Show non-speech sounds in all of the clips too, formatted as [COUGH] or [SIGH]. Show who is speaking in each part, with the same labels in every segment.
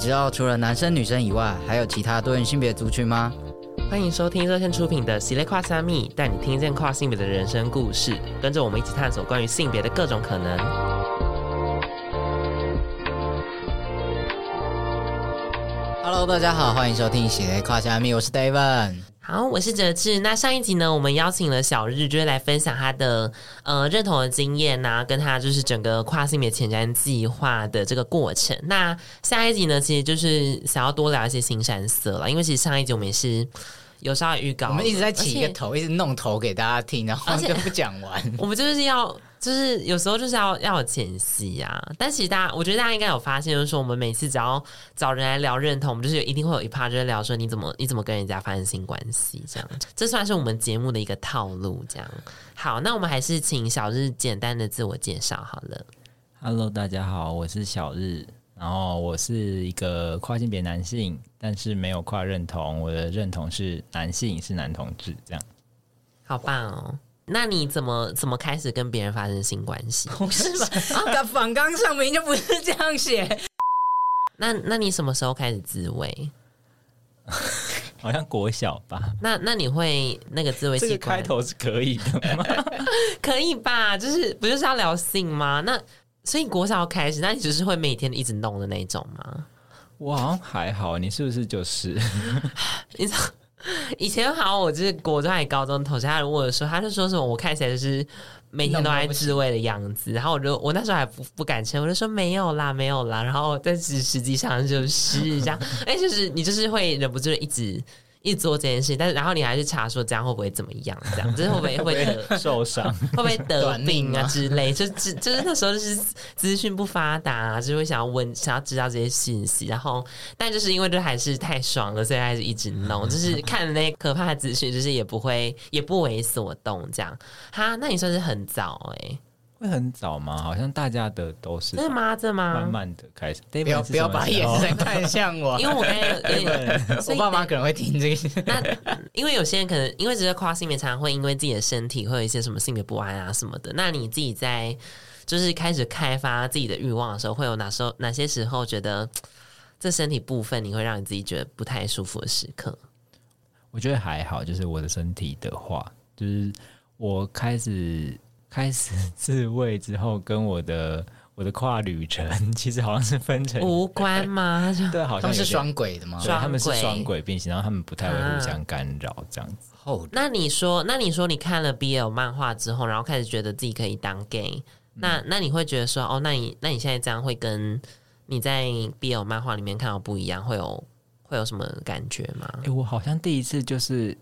Speaker 1: 知道除了男生女生以外，还有其他多元性别族群吗？
Speaker 2: 欢迎收听热线出品的《喜类跨三密》，带你听见跨性别的人生故事，跟着我们一起探索关于性别的各种可能。
Speaker 1: Hello，大家好，欢迎收听《喜雷跨虾米》，我是 David。
Speaker 2: 好，我是哲志。那上一集呢，我们邀请了小日，就是来分享他的呃认同的经验呐、跟他就是整个跨性别前瞻计划的这个过程。那下一集呢，其实就是想要多聊一些新山色了，因为其实上一集我们也是有稍微预告，
Speaker 1: 我们一直在起一个
Speaker 2: 而且
Speaker 1: 头，一直弄头给大家听，然后
Speaker 2: 而且
Speaker 1: 都不讲完。
Speaker 2: 我们就是要，就是有时候就是要要有前戏啊。但其实大家，我觉得大家应该有发现，就是说我们每次只要找人来聊认同，我们就是有一定会有一趴就是聊说你怎么你怎么跟人家发生性关系这样，这算是我们节目的一个套路这样。好，那我们还是请小日简单的自我介绍好了。
Speaker 3: Hello，大家好，我是小日，然后我是一个跨性别男性，但是没有跨认同，我的认同是男性，是男同志这样。
Speaker 2: 好棒哦！那你怎么怎么开始跟别人发生性关
Speaker 3: [LAUGHS]
Speaker 2: 系？
Speaker 1: 不是吧？啊，反纲上面就不是这样写。
Speaker 2: 那那你什么时候开始自慰？
Speaker 3: 好像国小吧，
Speaker 2: 那那你会那个自慰
Speaker 3: 这
Speaker 2: 器
Speaker 3: 个
Speaker 2: 官
Speaker 3: 开头是可以的吗？
Speaker 2: 可以吧？就是不就是要聊性吗？那所以国小开始，那你就是会每天一直弄的那种吗？
Speaker 3: [LAUGHS] 我好像还好，你是不是就是？
Speaker 2: 你知道 [LAUGHS] 以前好像我就是国中还高中同学，他问我说，他就说什么我看起来就是每天都在自慰的样子，然后我就我那时候还不不敢称，我就说没有啦，没有啦，然后但是实际上就是这样，哎，就是你就是会忍不住地一直。一直做这件事，但是然后你还去查说这样会不会怎么样？这样就是会不会会得
Speaker 3: 受伤？
Speaker 2: 会不会 [LAUGHS] 得
Speaker 1: 短命
Speaker 2: 病啊
Speaker 1: 吗
Speaker 2: 之类？就只就是那时候就是资讯不发达、啊，就会想要问，想要知道这些信息。然后，但就是因为这还是太爽了，所以还是一直弄，就是看了那些可怕的资讯，就是也不会也不为所动这样。哈，那你算是很早哎、欸，
Speaker 3: 会很早吗？好像大家的都是
Speaker 2: 真的吗？真的
Speaker 3: 慢
Speaker 2: 吗？
Speaker 3: 慢的开始。
Speaker 1: [LAUGHS] 不要不要把眼神看向我
Speaker 2: 因，为我刚才 [LAUGHS] 有点，所
Speaker 1: 我
Speaker 2: 以
Speaker 1: 爸妈可能会听这个。
Speaker 2: 那因为有些人可能因为只是跨性别，常常会因为自己的身体会有一些什么性别不安啊什么的。那你自己在就是开始开发自己的欲望的时候，会有哪时候哪些时候觉得嘖这身体部分你会让你自己觉得不太舒服的时刻？
Speaker 3: 我觉得还好，就是我的身体的话，就是我开始开始 [LAUGHS] 自慰之后，跟我的我的跨旅程其实好像是分成，
Speaker 2: 无关吗？就
Speaker 3: 对，好
Speaker 1: 他
Speaker 3: 像
Speaker 1: 们
Speaker 3: 有
Speaker 1: 是
Speaker 3: 点
Speaker 1: 双轨的吗
Speaker 3: 对，
Speaker 2: 双轨嗯
Speaker 3: 他们是双轨并行，然后他们不太会互相干扰这样子。
Speaker 1: [LAUGHS] ？Hold，
Speaker 2: 那你说，那你说你看了 BL 漫画之后，然后开始觉得自己可以当 gay，那那你会觉得说，哦，那你那你现在这样会跟你在 BL 漫画里面看到不一样，会有会有什么感觉吗？
Speaker 3: 哎、我好像第一次就是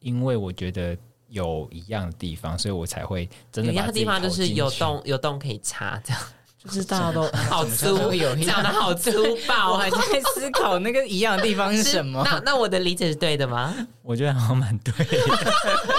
Speaker 3: 因为我觉得有一样的地方，所以我才会真的
Speaker 2: 有一
Speaker 3: 把
Speaker 2: 样
Speaker 3: 自
Speaker 2: 的
Speaker 3: 己
Speaker 2: 地方就
Speaker 3: 投
Speaker 2: 是
Speaker 3: 进
Speaker 2: 有
Speaker 3: 去，
Speaker 2: 洞有洞可以插， [LAUGHS] 这样
Speaker 3: 就是大家都
Speaker 2: 好粗
Speaker 1: 怎么，有一样
Speaker 2: 讲的好粗
Speaker 1: 我
Speaker 2: 暴啊
Speaker 1: 还。在
Speaker 2: [LAUGHS]
Speaker 1: 思考那个一样的地方是什么。
Speaker 2: 那那我的理解是对的吗？
Speaker 3: 我觉得好像蛮对的，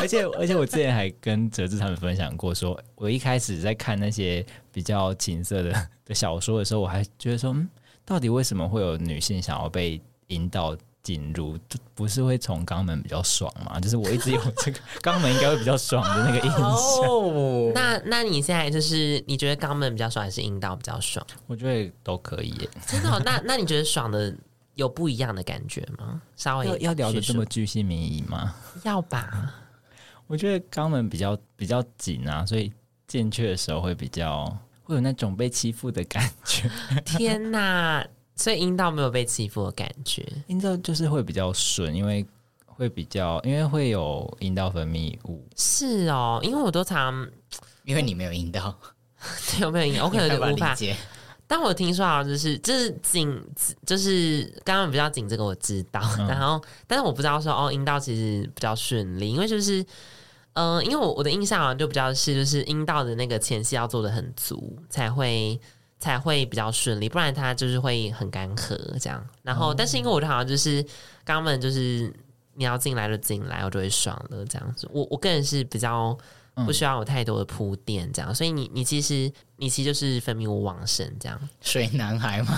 Speaker 3: 而且而且我之前还跟哲志他们分享过说我一开始在看那些比较情色的的小说的时候，我还觉得说，嗯，到底为什么会有女性想要被引导进入？不是会从肛门比较爽吗？就是我一直有这个肛门应该会比较爽的那个印象。
Speaker 1: 哦，
Speaker 2: 那那你现在就是你觉得肛门比较爽还是阴道比较爽？
Speaker 3: 我觉得都可以耶，
Speaker 2: [LAUGHS] 真的哦、那那你觉得爽的有不一样的感觉吗？稍微
Speaker 3: 要要聊的
Speaker 2: 叙
Speaker 3: 这
Speaker 2: 述
Speaker 3: 么具细民意吗？
Speaker 2: 要吧？ [LAUGHS]
Speaker 3: 我觉得肛门比较比较紧啊，所以进去的时候会比较会有那种被欺负的感觉。
Speaker 2: 天哪！所以阴道没有被欺负的感觉，
Speaker 3: 阴道就是会比较顺，因为会比较，因为会有阴道分泌物。
Speaker 2: 是哦，因为我都常 [LAUGHS]
Speaker 1: 因为你没有阴道，
Speaker 2: 有没有阴道，我可能有
Speaker 1: 没
Speaker 2: 点
Speaker 1: 办
Speaker 2: 无
Speaker 1: 法
Speaker 2: 法
Speaker 1: 理解。
Speaker 2: 但我听说好像就是就是紧，就是刚刚比较紧这个我知道，然后但是我不知道说哦阴道其实比较顺利，因为就是嗯、呃因为我我的印象好像就比较是就是阴道的那个前戏要做的很足才会。才会比较顺利，不然它就是会很干涸这样。然后，但是因为我就好像就是肛门，就是你要进来就进来，我就会爽了这样子。我我个人是比较不需要有太多的铺垫这样，所以你你其实你其实就是分泌物旺盛这样。
Speaker 1: 水男孩吗？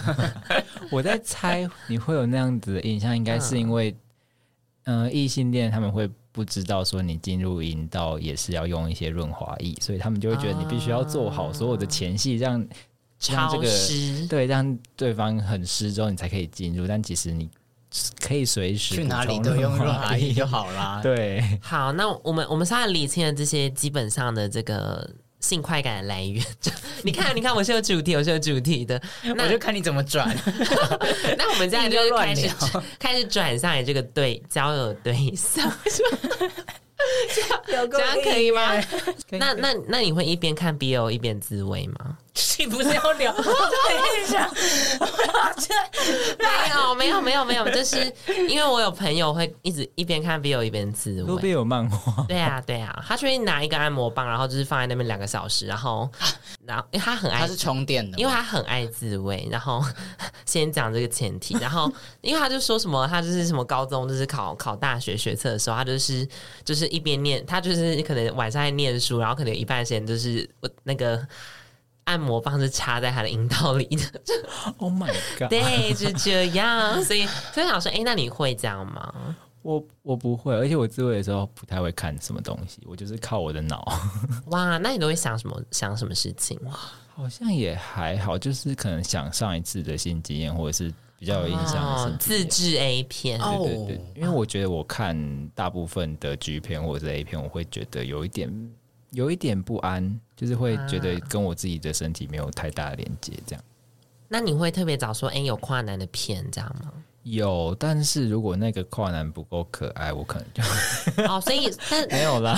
Speaker 3: 我在猜你会有那样子的印象，应该是因 [LAUGHS] 为，嗯、异性恋他们会不知道说你进入阴嗯道也是要用一些润滑液，所以他们就会觉得你必须要做好所有的前戏，让让这
Speaker 2: 潮
Speaker 3: 个
Speaker 2: 湿，
Speaker 3: 对让对方很湿之后你才可以进入，但其实你可以随时
Speaker 1: 去
Speaker 3: 补
Speaker 1: 哪里
Speaker 3: 充
Speaker 1: 都
Speaker 3: 润
Speaker 1: 用润
Speaker 3: 滑
Speaker 1: 滑
Speaker 3: 液
Speaker 1: 液就好啦。
Speaker 3: [LAUGHS] 对，
Speaker 2: 好，那我们我们现在理清了这些基本上的这个性快感的来源。 [LAUGHS] 就你看，你看，我是有主题，我是有主题的。那
Speaker 1: 我就看你怎么转。
Speaker 2: 那我们现在就
Speaker 1: 硬
Speaker 2: 是
Speaker 1: 要乱
Speaker 2: 开始
Speaker 1: 聊
Speaker 2: 开始转向你这个对交友对象，
Speaker 1: 有
Speaker 2: 这样可以吗？那那那你会一边看 BO 一边自慰吗？
Speaker 1: 你不是要 [LAUGHS] 聊？我跟你讲，
Speaker 2: 没有，没有，没有，没有，就是因为我有朋友会一直一边看 BO 一边自
Speaker 3: 路
Speaker 2: 慰。
Speaker 3: 边有漫画，
Speaker 2: 对啊，对啊，他就会拿一个按摩棒，然后就是放在那边两个小时，然后，然后因为他很爱
Speaker 1: 它是充电的吗，
Speaker 2: 因为他很爱自慰，然后 [LAUGHS] 先讲这个前提，然后因为他就说什么，他就是什么高中就是考考大学学测的时候，他就是就是一边念，他就是可能晚上在念书，然后可能有一半时间就是我那个按摩棒是插在他的阴道里的， [LAUGHS]
Speaker 3: ，Oh my god！
Speaker 2: 对，就这样，所以所以想说，哎、那你会这样吗？
Speaker 3: 我我不会，而且我自慰的时候不太会看什么东西，我就是靠我的脑。 [LAUGHS]
Speaker 2: 哇，那你都会想什么想什么事情？
Speaker 3: 好像也还好，就是可能想上一次的新经验，或者是比较有印象的
Speaker 2: 哦
Speaker 3: 新，经
Speaker 2: 自
Speaker 3: 验。
Speaker 2: 制 A 片，
Speaker 1: 哦
Speaker 3: 对对对，因为我觉得我看大部分的 G 片或者是 A 片，我会觉得有一点有一点不安，就是会觉
Speaker 2: 啊
Speaker 3: 得跟我自己的身体没有太大的连接。这样
Speaker 2: 那你会特别找说，哎、有跨男的片这样吗？
Speaker 3: 有，但是如果那个跨男不够可爱，我可能就 [LAUGHS]
Speaker 2: 哦，所以但
Speaker 3: 没有啦。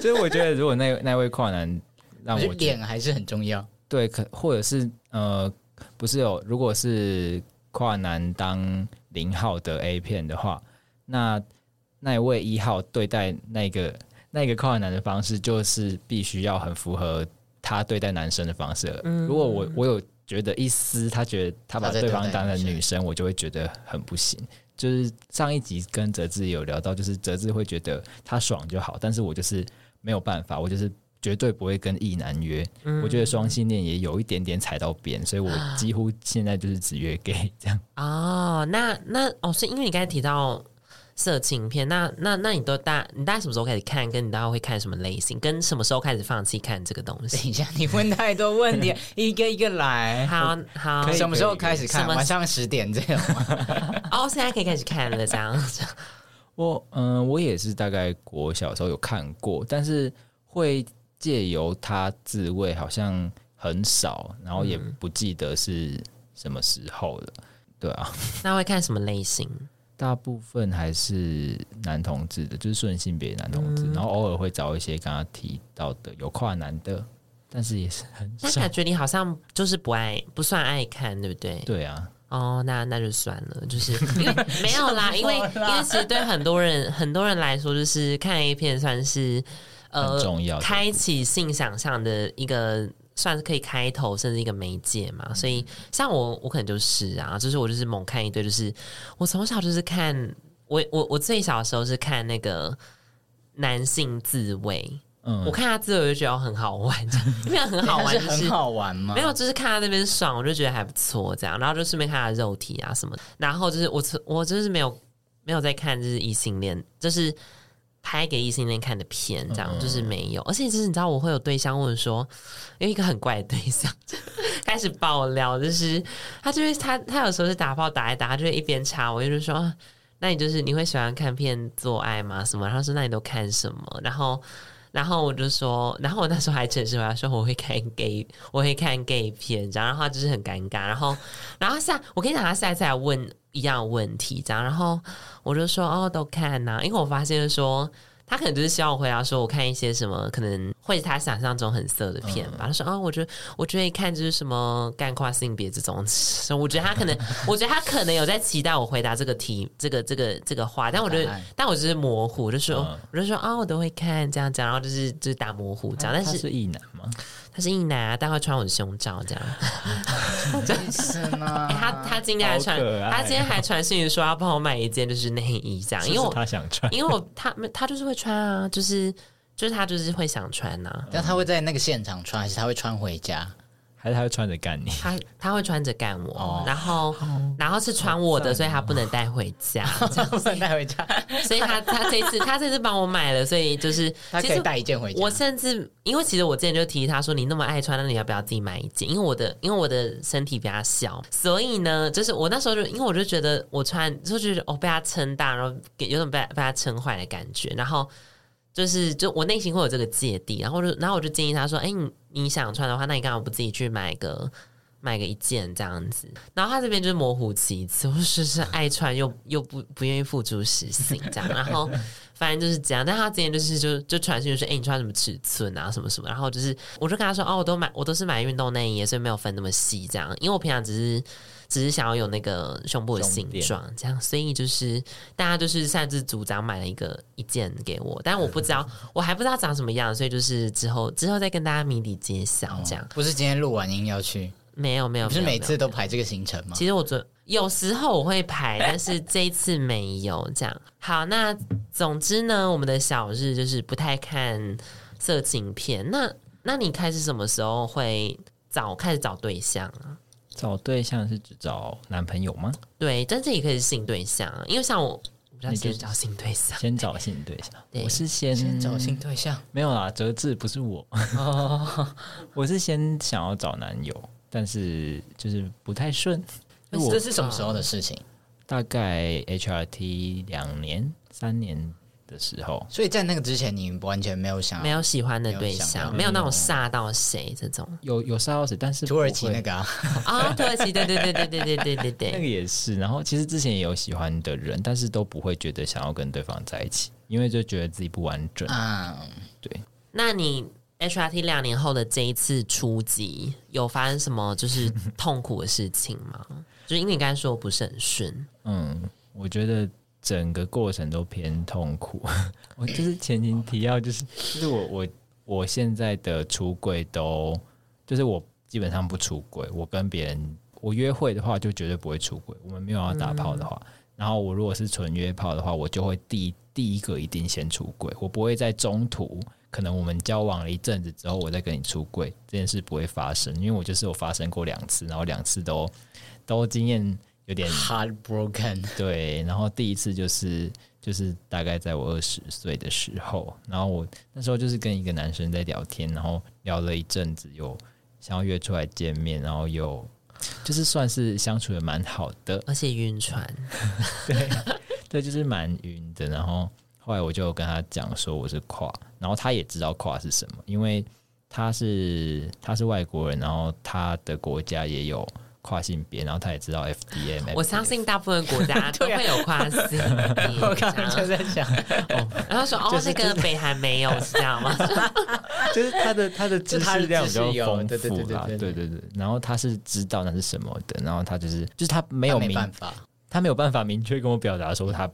Speaker 3: 就是我觉得如果那那位跨男让
Speaker 1: 我觉
Speaker 3: 我
Speaker 1: 得
Speaker 3: 觉得
Speaker 1: 脸还是很重要。 [LAUGHS]
Speaker 3: 对，可或者是呃，不是有，如果是跨男当零号的 A 片的话，那那一位一号对待那个那个跨男的方式，就是必须要很符合他对待男生的方式了。如果我我有觉得一丝，他觉得他
Speaker 1: 嗯
Speaker 3: 把
Speaker 1: 他在
Speaker 3: 对
Speaker 1: 对
Speaker 3: 方
Speaker 1: 待
Speaker 3: 当成
Speaker 1: 女生
Speaker 3: 女生，我就会觉得很不行。就是上一集跟哲志有聊到，就是哲志会觉得他爽就好，但是我就是没有办法，我就是绝对不会跟异男约。
Speaker 1: 嗯
Speaker 3: 我觉得双性恋也有一点点踩到边，
Speaker 1: [GASPS]
Speaker 3: 所以我几乎现在就是只约 gay 这样。
Speaker 2: 哦，那那哦，是因为你刚才提到色情片，那那那你都大你大概什么时候开始看？跟你大概会看什么类型？跟什么时候开始放弃看这个东
Speaker 1: 等
Speaker 2: 西？
Speaker 1: 一下，你问太多问 [LAUGHS] 题，一个一个来。
Speaker 2: 好好
Speaker 3: 可以
Speaker 1: 什么时候开始
Speaker 2: 什
Speaker 1: 看？
Speaker 2: 么
Speaker 1: 晚上十点这样吗？
Speaker 2: 哦，现在可以开始看了，这
Speaker 3: [LAUGHS]
Speaker 2: 样
Speaker 3: 我嗯、我也是大概国小的时候有看过，但是会借由他自慰好像很少，然后也
Speaker 2: 嗯
Speaker 3: 不记得是什么时候了。对啊，
Speaker 2: 那会看什么类型？
Speaker 3: 大部分还是男同志的，就是顺性别男同
Speaker 2: 嗯
Speaker 3: 志，然后偶尔会找一些刚刚提到的有跨男的，但是也是啊很
Speaker 2: 但
Speaker 3: 少
Speaker 2: 感。觉你好像就是不爱，不算爱看，对不对？
Speaker 3: 对啊，
Speaker 2: 哦，那那就算了，就是
Speaker 3: [LAUGHS]
Speaker 2: 因为没有啦，因为因为其实对很多人很多人来说，就是看 A 片算是呃
Speaker 3: 很重要的
Speaker 2: 开启性想象的一个。算是可以开头，甚至一个媒介嘛。所
Speaker 3: 嗯
Speaker 2: 以像我，我可能就是啊，就是我就是猛看一堆，就是我从小就是看我我我最小的时候是看那个男性自慰，
Speaker 3: 嗯
Speaker 2: 我，看他自慰我就觉得哦很好玩，这样因为很
Speaker 3: [LAUGHS]
Speaker 2: 好玩，
Speaker 1: 是
Speaker 2: 就是
Speaker 1: 很 [LAUGHS] 好玩吗？
Speaker 2: 没有，就是看他那边爽，我就觉得还不错，这样，然后就顺便看他的肉体啊什么的。然后就是我从我就是没有没有在看，就是异性恋，就是拍给异性恋看的片，这样、就是没有。而且就是你知道，我会有对象问说，有一个很怪的对象， [LAUGHS] 就开始爆料，就是他就是他他有时候是打炮打一打，他就会一边插我，就是说。啊那你就是你会喜欢看片做爱吗？什么？然后说那你都看什么？然后然后我就说，然后我那时候还诚实回答说我会看 gay，我会看 gay 片，这样，然后他就是很尴尬，然后，然后他下我跟你讲，他下一次来问一样的问题，这样，然后我就说哦，都看呐、因为我发现就是说。他可能就是希望我回答说，我看一些什么可能会是他想象中很色的片吧。他说啊、我觉得我觉得一看就是什么干跨性别这种， [LAUGHS] 所以我觉得他可能，我觉得他可能有在期待我回答这个题，这个这个这个话，但我觉得
Speaker 1: 答案，
Speaker 2: 但我只是模糊，我就说、
Speaker 3: 嗯
Speaker 2: 我就说啊，我都会看这样讲，然后就是就是打模糊
Speaker 1: 啊
Speaker 2: 这样，但
Speaker 3: 他
Speaker 2: 是
Speaker 3: 是异男吗？
Speaker 2: 他是硬男啊，但会穿我的胸罩这样。
Speaker 1: 啊是吗
Speaker 2: 哎他他今天还穿
Speaker 3: 好可，爱
Speaker 2: 他今天还传讯息说要帮我买一件就是内衣这样，因为
Speaker 3: 就是
Speaker 2: 我
Speaker 3: 他想穿。
Speaker 2: 因为我他他就是会穿啊，就是就是他就是会想穿呐、啊
Speaker 1: [LAUGHS] 那他会在那个现场穿，还是他会穿回家？
Speaker 3: 还是他会穿着干你？
Speaker 2: 他他会穿着干我，
Speaker 1: 哦
Speaker 2: 然后然后是穿我的，所以他不能带回家，
Speaker 1: 不能带回 [LAUGHS] 家，
Speaker 2: 所以他他这次他这次帮我买了，所以就是
Speaker 1: 他
Speaker 2: 其
Speaker 1: 可以
Speaker 2: 实
Speaker 1: 带一件回家。
Speaker 2: 我甚至因为其实我之前就提议他说你那么爱穿，那你要不要自己买一件？因为我的因为我的身体比较小，所以呢，就是我那时候就因为我就觉得我穿就觉得哦被他撑大，然后给有种被他被他撑坏的感觉，然后。就是，就我内心会有这个芥蒂，然后就，然后我就建议他说：“哎、你你想穿的话，那你干嘛不自己去买个买个一件这样子？”然后他这边就是模糊其词，我就是是爱穿又又不不愿意付诸实行这样，然后反正就是这样。但他之前就是就就传讯就说：“哎、你穿什么尺寸啊，什么什么？”然后就是我就跟他说：“哦，我都买我都是买运动内衣，所以没有分那么细这样，因为我平常只是。”只是想要有那个胸部的
Speaker 3: 胸
Speaker 2: 形
Speaker 3: 垫
Speaker 2: 状，这样，所以就是大家就是擅自组长买了一个一件给我，但我不知道，我还不知道长什么样，所以就是之后之后再跟大家谜底揭晓。这样、
Speaker 1: 哦不是今天录完音要去，
Speaker 2: 没有没有，
Speaker 1: 不是
Speaker 2: 没有
Speaker 1: 每
Speaker 2: 没
Speaker 1: 次
Speaker 2: 有
Speaker 1: 都排这个行程吗？
Speaker 2: 其实我昨有时候我会排，但是这一次没有。这样 [LAUGHS] 好，那总之呢，我们的小日就是不太看色情片。那那你开始什么时候会找开始找对象啊？
Speaker 3: 找对象是指找男朋友吗？
Speaker 2: 对，但这也可以是性对象啊，因为像我，我比较
Speaker 3: 你就
Speaker 2: 先找性对象。
Speaker 3: 先找性对象，
Speaker 2: 对
Speaker 3: 我是先
Speaker 1: 先找新对象
Speaker 3: 没有啦，哲志不
Speaker 1: [LAUGHS]
Speaker 3: 是我，
Speaker 1: 哦，
Speaker 3: 我是先想要找男友，但是就是不
Speaker 1: [LAUGHS]
Speaker 3: 太顺。我
Speaker 1: 这是什么时候的事情？
Speaker 3: 大概 HRT 两年、三年的时候，
Speaker 1: 所以在那个之前，你完全没有想
Speaker 2: 没有喜欢的对
Speaker 1: 没有想
Speaker 2: 象，
Speaker 1: 到
Speaker 2: 没有那种煞到谁这种
Speaker 3: 有有杀到死，但是
Speaker 1: 土耳其那
Speaker 3: 个
Speaker 1: 个啊，
Speaker 2: 啊，土耳其，对对对对对对对对
Speaker 3: 那个
Speaker 2: 对，
Speaker 3: 也是。然后其实之前也有喜欢的人，但是都不会觉得想要跟对方在一起，因为就觉得自己不完
Speaker 1: [LAUGHS]
Speaker 3: 整。
Speaker 1: 啊，
Speaker 3: 对，
Speaker 2: 那你 HRT 两年后的这一次初级，有发生什么就是
Speaker 1: [LAUGHS]
Speaker 2: 痛苦的事情吗？就是因为你刚才说不是很顺，
Speaker 3: 嗯，我觉得整个过程都偏痛苦。 [LAUGHS] 我就是前情提要，就是就是我我我现在的出柜都就是我基本上不出柜，我跟别人我约会的话就绝对不会出柜，我们没有要打炮的话。然后我如果是纯约炮的话，我就会第第一个一定先出柜，我不会在中途。可能我们交往了一阵子之后，我再跟你出柜这件事不会发生，因为我就是有发生过两次，然后两次都都经验
Speaker 1: 嗯
Speaker 3: 有点
Speaker 1: heartbroken，
Speaker 3: 对，然后第一次就是就是大概在我二十岁的时候，然后我那时候就是跟一个男生在聊天，然后聊了一阵子，有想要约出来见面，然后有就是算是相处的蛮好的，
Speaker 2: 而且晕船，
Speaker 3: 对，就是蛮晕的。然后后来我就跟他讲说我是跨，然后他也知道跨是什么，因为他是他是外国人，然后他的国家也有跨性别，然后他也知道 FDM。
Speaker 2: 我相信大部分国家都会有
Speaker 1: [LAUGHS]
Speaker 2: 跨性别
Speaker 1: 我刚刚就在想，
Speaker 2: 然后说哦，那个北韩没有，是这
Speaker 1: [LAUGHS]
Speaker 2: 样吗？
Speaker 3: 就是他的他的知识量比较丰
Speaker 1: 就他的知识有
Speaker 3: 富啦，
Speaker 1: 对对对对
Speaker 3: 对
Speaker 1: 对
Speaker 3: 对对。然后他是知道那是什么的，然后他就是就是他没有
Speaker 1: 他没
Speaker 3: 明
Speaker 1: 办法，
Speaker 3: 他没有办法明确跟我表达说他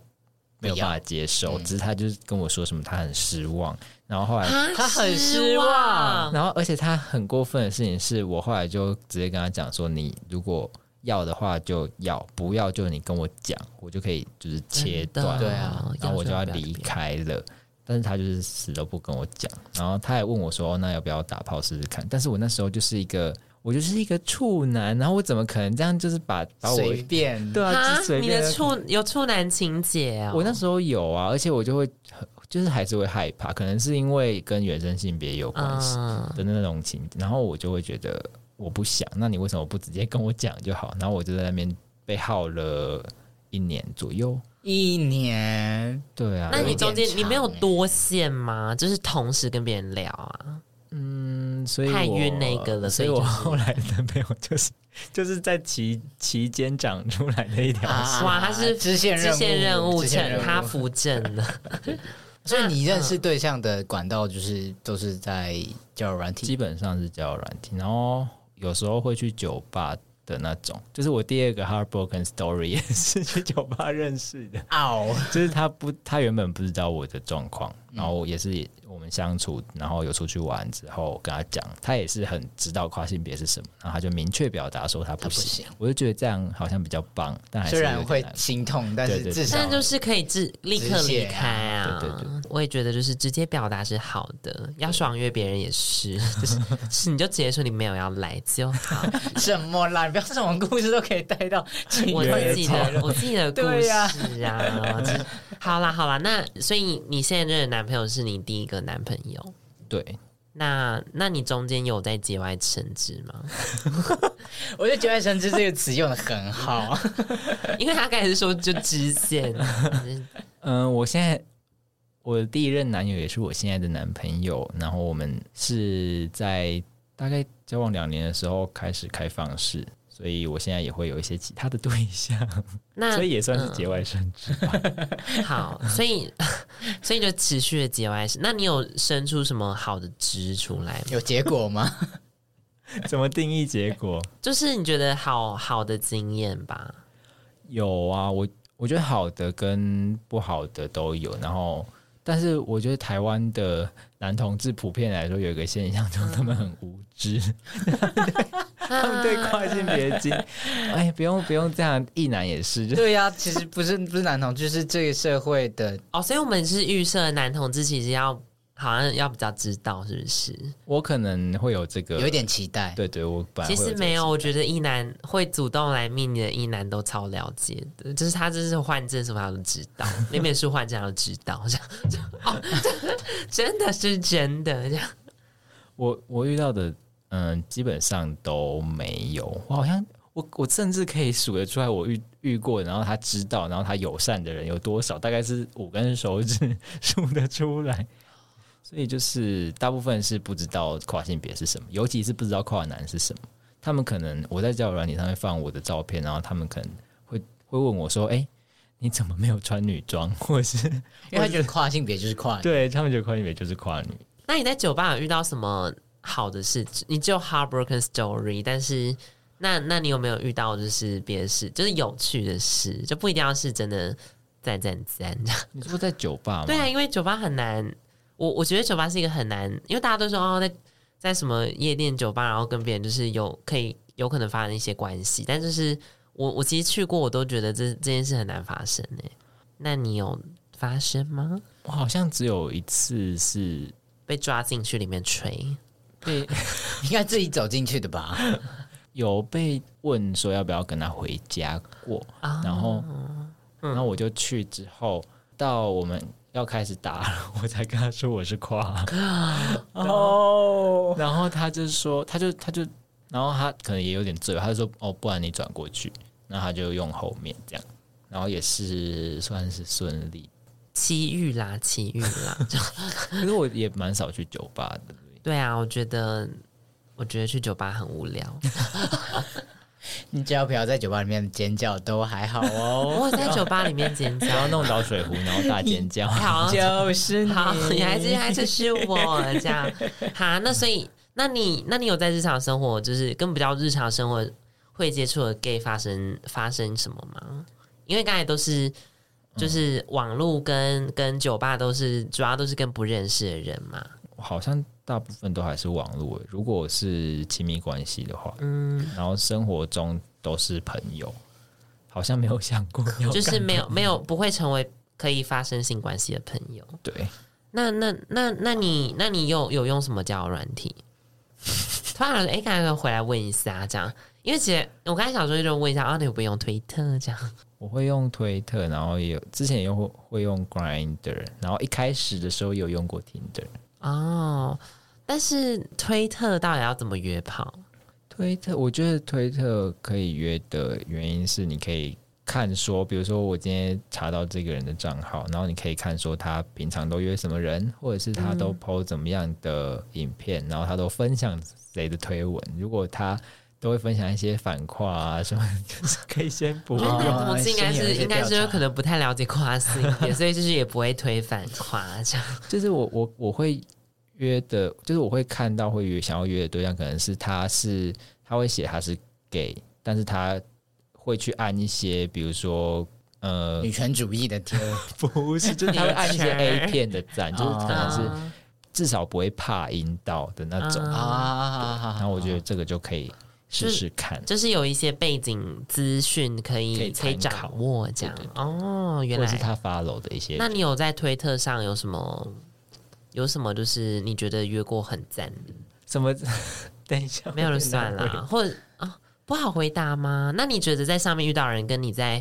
Speaker 3: 没有
Speaker 1: 不要
Speaker 3: 办法接受，
Speaker 1: 嗯
Speaker 3: 只是他就是跟我说什么他很失望，然后后来。
Speaker 2: 啊
Speaker 1: 他很失望。
Speaker 3: 然后，而且他很过分的事情是我后来就直接跟他讲说，你如果要的话就要，不要就你跟我讲，我就可以就是切
Speaker 2: 真的
Speaker 3: 断，
Speaker 1: 对啊
Speaker 3: 然后我就要
Speaker 2: 不
Speaker 3: 离开了。但是他就是死都不跟我讲，然后他也问我说：“哦那要不要打炮试试看？”但是我那时候就是一个，我就是一个处男，然后我怎么可能这样就是把把我
Speaker 1: 随便，
Speaker 3: 对啊，
Speaker 2: 啊
Speaker 3: 就随，
Speaker 2: 你
Speaker 3: 便
Speaker 2: 的处有处男情节啊、
Speaker 3: 我那时候有啊，而且我就会就是还是会害怕，可能是因为跟原生性别有关系
Speaker 2: 嗯，
Speaker 3: 的那种情，然后我就会觉得我不想，那你为什么不直接跟我讲就好？然后我就在那边被耗了一年左右，
Speaker 1: 一年
Speaker 3: 对啊，
Speaker 2: 那你
Speaker 1: 有
Speaker 2: 中
Speaker 1: 点
Speaker 2: 间
Speaker 1: 长
Speaker 2: 你没有
Speaker 1: 欸
Speaker 2: 多线吗？就是同时跟别人聊啊，
Speaker 3: 嗯，所以
Speaker 2: 太
Speaker 3: 我
Speaker 2: 晕那个了所
Speaker 3: 所
Speaker 2: 以
Speaker 3: 以我
Speaker 2: 就是
Speaker 3: 后来男朋友就是就是在期期间长出来的
Speaker 2: [LAUGHS]
Speaker 3: 一条线，
Speaker 1: 啊
Speaker 2: 哇他是
Speaker 1: 支线任
Speaker 2: 支
Speaker 1: 务，
Speaker 2: 线任务
Speaker 1: 支线
Speaker 2: 成
Speaker 1: 任务
Speaker 2: 他扶正了，
Speaker 1: 所以你认识对象的管道就是都是在交友软体
Speaker 3: 基本上是交友软体，然后有时候会去酒吧的那种，就是我第二个 heartbroken story 也是去酒吧认识的，
Speaker 1: 哦，
Speaker 3: 就是他不他原本不知道我的状况，
Speaker 1: 嗯
Speaker 3: 然后也是我们相处，然后有出去玩之后跟他讲，他也是很知道跨性别是什么，然后他就明确表达说他不
Speaker 1: 他不
Speaker 3: 行
Speaker 1: 行。
Speaker 3: 我就觉得这样好像比较棒，但还是
Speaker 1: 虽然
Speaker 3: 有点
Speaker 1: 会
Speaker 3: 难
Speaker 1: 心痛，但是
Speaker 3: 对对
Speaker 1: 至少
Speaker 2: 但就是可以自立刻离开啊！
Speaker 3: 直接啊对对
Speaker 2: 我也觉得就是直接表达是好的，要爽约别人也是， [LAUGHS] 就是是你就直接说你没有要来
Speaker 3: [LAUGHS]
Speaker 2: 就好。
Speaker 1: 什么啦？你不要这种故事都可以带到情
Speaker 2: 我
Speaker 1: 人
Speaker 2: 自己
Speaker 1: 节讨
Speaker 2: 的
Speaker 1: 论
Speaker 2: 我自己的故
Speaker 1: 对
Speaker 2: 事
Speaker 1: 呀
Speaker 2: 啊，就是好啦好啦，那所以你现在这个男朋友是你第一个男朋友，
Speaker 3: 对，
Speaker 2: 那那你中间有在节外生枝
Speaker 3: [LAUGHS]
Speaker 2: 吗？
Speaker 1: 我觉得“节外生枝”这个词用的很好，
Speaker 2: 因为他刚才是说就支线，就是
Speaker 3: 嗯、我现在我的第一任男友也是我现在的男朋友，然后我们是在大概交往两年的时候开始开放式，所以我现在也会有一些其他的对象，
Speaker 1: 嗯
Speaker 2: 那
Speaker 3: 所以也算是节外生枝。
Speaker 2: 嗯好，所以 [LAUGHS] 所以就持续的节外生。那你有生出什么好的枝出来吗？
Speaker 1: 有结果吗？嗯
Speaker 3: [LAUGHS] 怎么定义结果？
Speaker 2: 就是你觉得好好的经验吧？
Speaker 3: 有啊，我我觉得好的跟不好的都有，然后。但是我觉得台湾的男同志普遍来说有一个现象，就是他们很无知，他们对跨性
Speaker 2: [LAUGHS]
Speaker 3: 别经，哎，不用不用这样，一男也是，
Speaker 1: [LAUGHS]
Speaker 3: 就
Speaker 1: 对呀、其实不是不是男同，就是这个社会的
Speaker 2: 哦，所以我们是预设男同志其实要好像要比较知道是不是？
Speaker 3: 我可能会有这个，
Speaker 1: 有一点期待。
Speaker 3: 对对，我本来
Speaker 2: 其
Speaker 3: 会有
Speaker 2: 实
Speaker 3: 这个
Speaker 2: 没有，我觉得一男会主动来命你的一男都超了解的，就是他真是患症什么他都知
Speaker 3: [LAUGHS]
Speaker 2: 道，连美术患者他都知道，这样就哦， [LAUGHS] 真的是真的这样。
Speaker 3: 我我遇到的，嗯，基本上都没有。我好像我我甚至可以数得出来，我遇遇过，然后他知道，然后他友善的人有多少，大概是五根手指数得出来。 [LAUGHS] 所以就是大部分是不知道跨性别是什么，尤其是不知道跨男是什么。他们可能我在交友软体上面放我的照片，然后他们可能会会问我说：“哎、你怎么没有穿女装？”或者是
Speaker 1: 因为他觉得跨性别就是跨女，
Speaker 3: 对他们觉得跨性别就是跨女。
Speaker 2: 那你在酒吧有遇到什么好的事？你只有 heartbroken story，但是那那你有没有遇到就是别的事，就是有趣的事，就不一定要是真的赞赞赞这样。
Speaker 3: 你说在酒吧吗？
Speaker 2: 对啊，因为酒吧很难，我我觉得酒吧是一个很难，因为大家都说哦，在在什么夜店、酒吧，然后跟别人就是有可以有可能发生一些关系，但就是我我其实去过，我都觉得这这件事很难发生哎、那你有发生吗？
Speaker 3: 我好像只有一次是
Speaker 2: 被抓进去里面吹，
Speaker 3: 被
Speaker 1: 应该自己走进去的吧？
Speaker 3: 有被问说要不要跟他回家过，
Speaker 2: 啊
Speaker 3: 然后，然后我就去之后，到我们要开始打了，我才跟他说我是跨，
Speaker 1: 哦，
Speaker 3: 然后他就说，他就他就，然后他可能也有点醉吧，他就说哦，不然你转过去，那他就用后面这样，然后也是算是顺利，
Speaker 2: 奇遇啦，奇遇啦，就
Speaker 3: 可是我也蛮少去酒吧的，
Speaker 2: 对啊，我觉得，我觉得去酒吧很无聊。
Speaker 1: 你只要不要在酒吧里面尖叫都还好
Speaker 2: [LAUGHS]
Speaker 1: 哦。
Speaker 2: 我在酒吧里面尖
Speaker 3: 然
Speaker 2: 叫，。
Speaker 3: 后弄倒水壶，然后大尖叫
Speaker 2: 好
Speaker 1: 就是你，
Speaker 2: 好，原来这还是是我这样。好，那所以，那你那你有在日常生活，就是跟比较日常生活会接触的 gay 发生发生什么吗？因为刚才都是就是网络跟跟酒吧都是主要都是跟不认识的人嘛。
Speaker 3: 我好像大部分都还是网络欸。如果是亲密关系的话，嗯，然后生活中都是朋友，好像没有想过要
Speaker 2: 就是
Speaker 3: 干嘛
Speaker 2: 没有没有不会成为可以发生性关系的朋友。
Speaker 3: 对，
Speaker 2: 那那那那你那你有有用什么交友软体？ [LAUGHS] 突然哎，刚、才回来问一下这样，因为其实我刚才想说就问一下啊，你有没有用推特这样？
Speaker 3: 我会用推特，然后也有之前也用会会用 Grinder，然后一开始的时候有用过 Tinder。
Speaker 2: 哦，但是推特到底要怎么约炮？
Speaker 3: 推特，我觉得推特可以约的原因是，你可以看说，比如说我今天查到这个人的账号，然后你可以看说他平常都约什么人，或者是他都 PO 怎么样的影片，然后他都分享谁的推文。如果他都会分享一些反跨啊什么，就是可以先不
Speaker 2: 因为
Speaker 1: 哦
Speaker 3: 用。
Speaker 2: 男同志应该
Speaker 1: 先有
Speaker 2: 是
Speaker 1: 一些
Speaker 2: 应该
Speaker 1: 调
Speaker 2: 是
Speaker 1: 查
Speaker 2: 可能不太了解跨性别，所以就是也不会推反跨这样。
Speaker 3: 就是我我我会约的，就是我会看到会约想要约的对象，可能是他是他会写他是 gay，但是他会去按一些比如说 [LAUGHS] 呃
Speaker 1: 女，权主义的贴文，
Speaker 3: 不是，就是他会按一些 A 片的赞，就是可能是
Speaker 2: 啊
Speaker 3: 至少不会怕阴道的那种。
Speaker 2: 啊
Speaker 1: 啊，
Speaker 3: 然后我觉得这个就可以试试看，
Speaker 2: 就是有一些背景资讯可
Speaker 3: 可
Speaker 2: 以
Speaker 3: 以
Speaker 2: 可以
Speaker 3: 参考
Speaker 2: 掌握这样哦，原
Speaker 3: 或者是
Speaker 2: 来。
Speaker 3: 他 follow 的一些
Speaker 2: 那你有在推特上有什么有什么就是你觉得约过很赞，
Speaker 3: 什么。 [LAUGHS] 等一下，
Speaker 2: 没有人算
Speaker 1: [LAUGHS]
Speaker 2: 啦，或者啊不好回答吗？那你觉得在上面遇到的人跟你在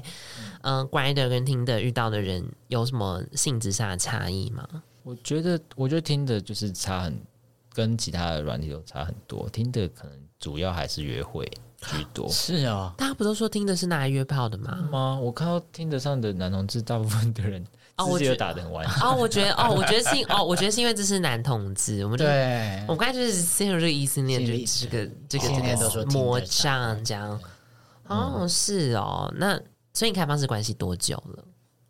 Speaker 2: 嗯、呃、Grinder 跟听的遇到的人有什么性质上的差异吗？
Speaker 3: 我觉得，我觉得听的就是差很，跟其他的软体都差很多。听的可能主要还是约会居多
Speaker 1: 是哦，
Speaker 2: 大家不都说听的是拿来约炮的
Speaker 1: 嗯
Speaker 2: 吗？
Speaker 3: 吗？我看到听得上的男同志，大部分的 [LAUGHS] 人
Speaker 2: 哦
Speaker 3: 自
Speaker 2: 我
Speaker 3: 己
Speaker 2: 觉
Speaker 3: 有
Speaker 2: 得
Speaker 3: 啊打得很完。
Speaker 2: 哦，我觉得哦，我觉得是因哦，我觉得是因为这是男同志，我们就
Speaker 1: 对，
Speaker 2: 我刚才就是陷入这个异性恋，
Speaker 1: 心
Speaker 2: 这
Speaker 1: 理
Speaker 2: 这个这个
Speaker 1: 现在
Speaker 2: 这
Speaker 1: 都
Speaker 2: 个
Speaker 1: 说
Speaker 2: 魔
Speaker 1: Tinder
Speaker 2: 障这样。哦，是哦，那所以你开放式关系多久了？